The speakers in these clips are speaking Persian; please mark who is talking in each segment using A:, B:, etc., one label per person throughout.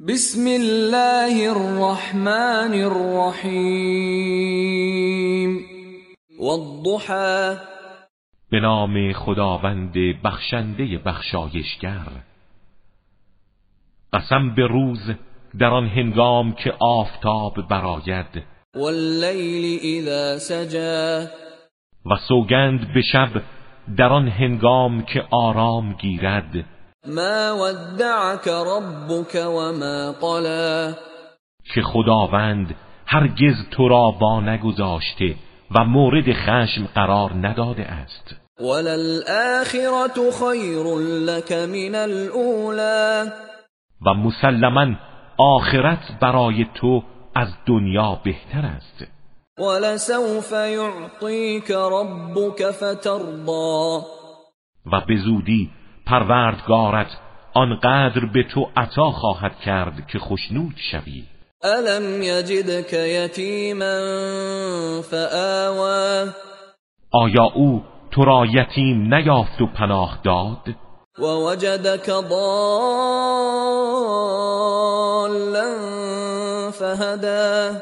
A: بسم الله الرحمن الرحیم والضحى
B: به نام خداوند بخشنده بخشایشگر قسم به روز در آن هنگام که آفتاب برآید
A: واللیل اذا سجى
B: و سوگند به شب در آن هنگام که آرام گیرد
A: ما ودعك ربك وما قلى
B: که خداوند هرگز تو را وا نگذاشته و مورد خشم قرار نداده است
A: وللآخرة خير لك من الأولى
B: و مسلما آخرت برای تو از دنیا بهتر است
A: ولسوف يعطيك ربك فترضى
B: و به زودی پروردگارت آنقدر به تو عطا خواهد کرد که خشنود شوی
A: ألم يجدك يتيما فآوى
B: آیا او تو را یتیم نیافت و پناه داد
A: ووجدك ضالا فهدى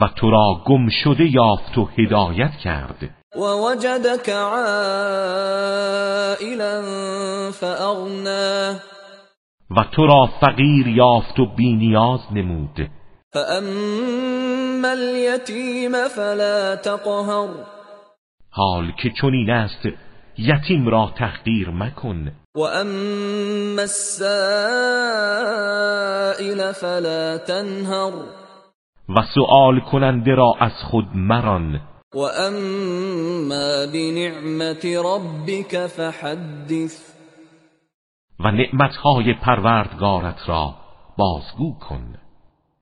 B: و تو را گم شده یافت و هدایت کرد
A: ووجدك عائلا فأغنى
B: و تو را فقیر یافت و بینیاز نمود
A: فأما اليتيم فلا تقهر
B: حال که چنین است یتیم را تحقیر مکن
A: وأما السائل فلا تنهر
B: و سؤال کننده را از خود مران
A: وأما بنعمة ربك فحدث
B: و نعمتهای پروردگارت را بازگو کن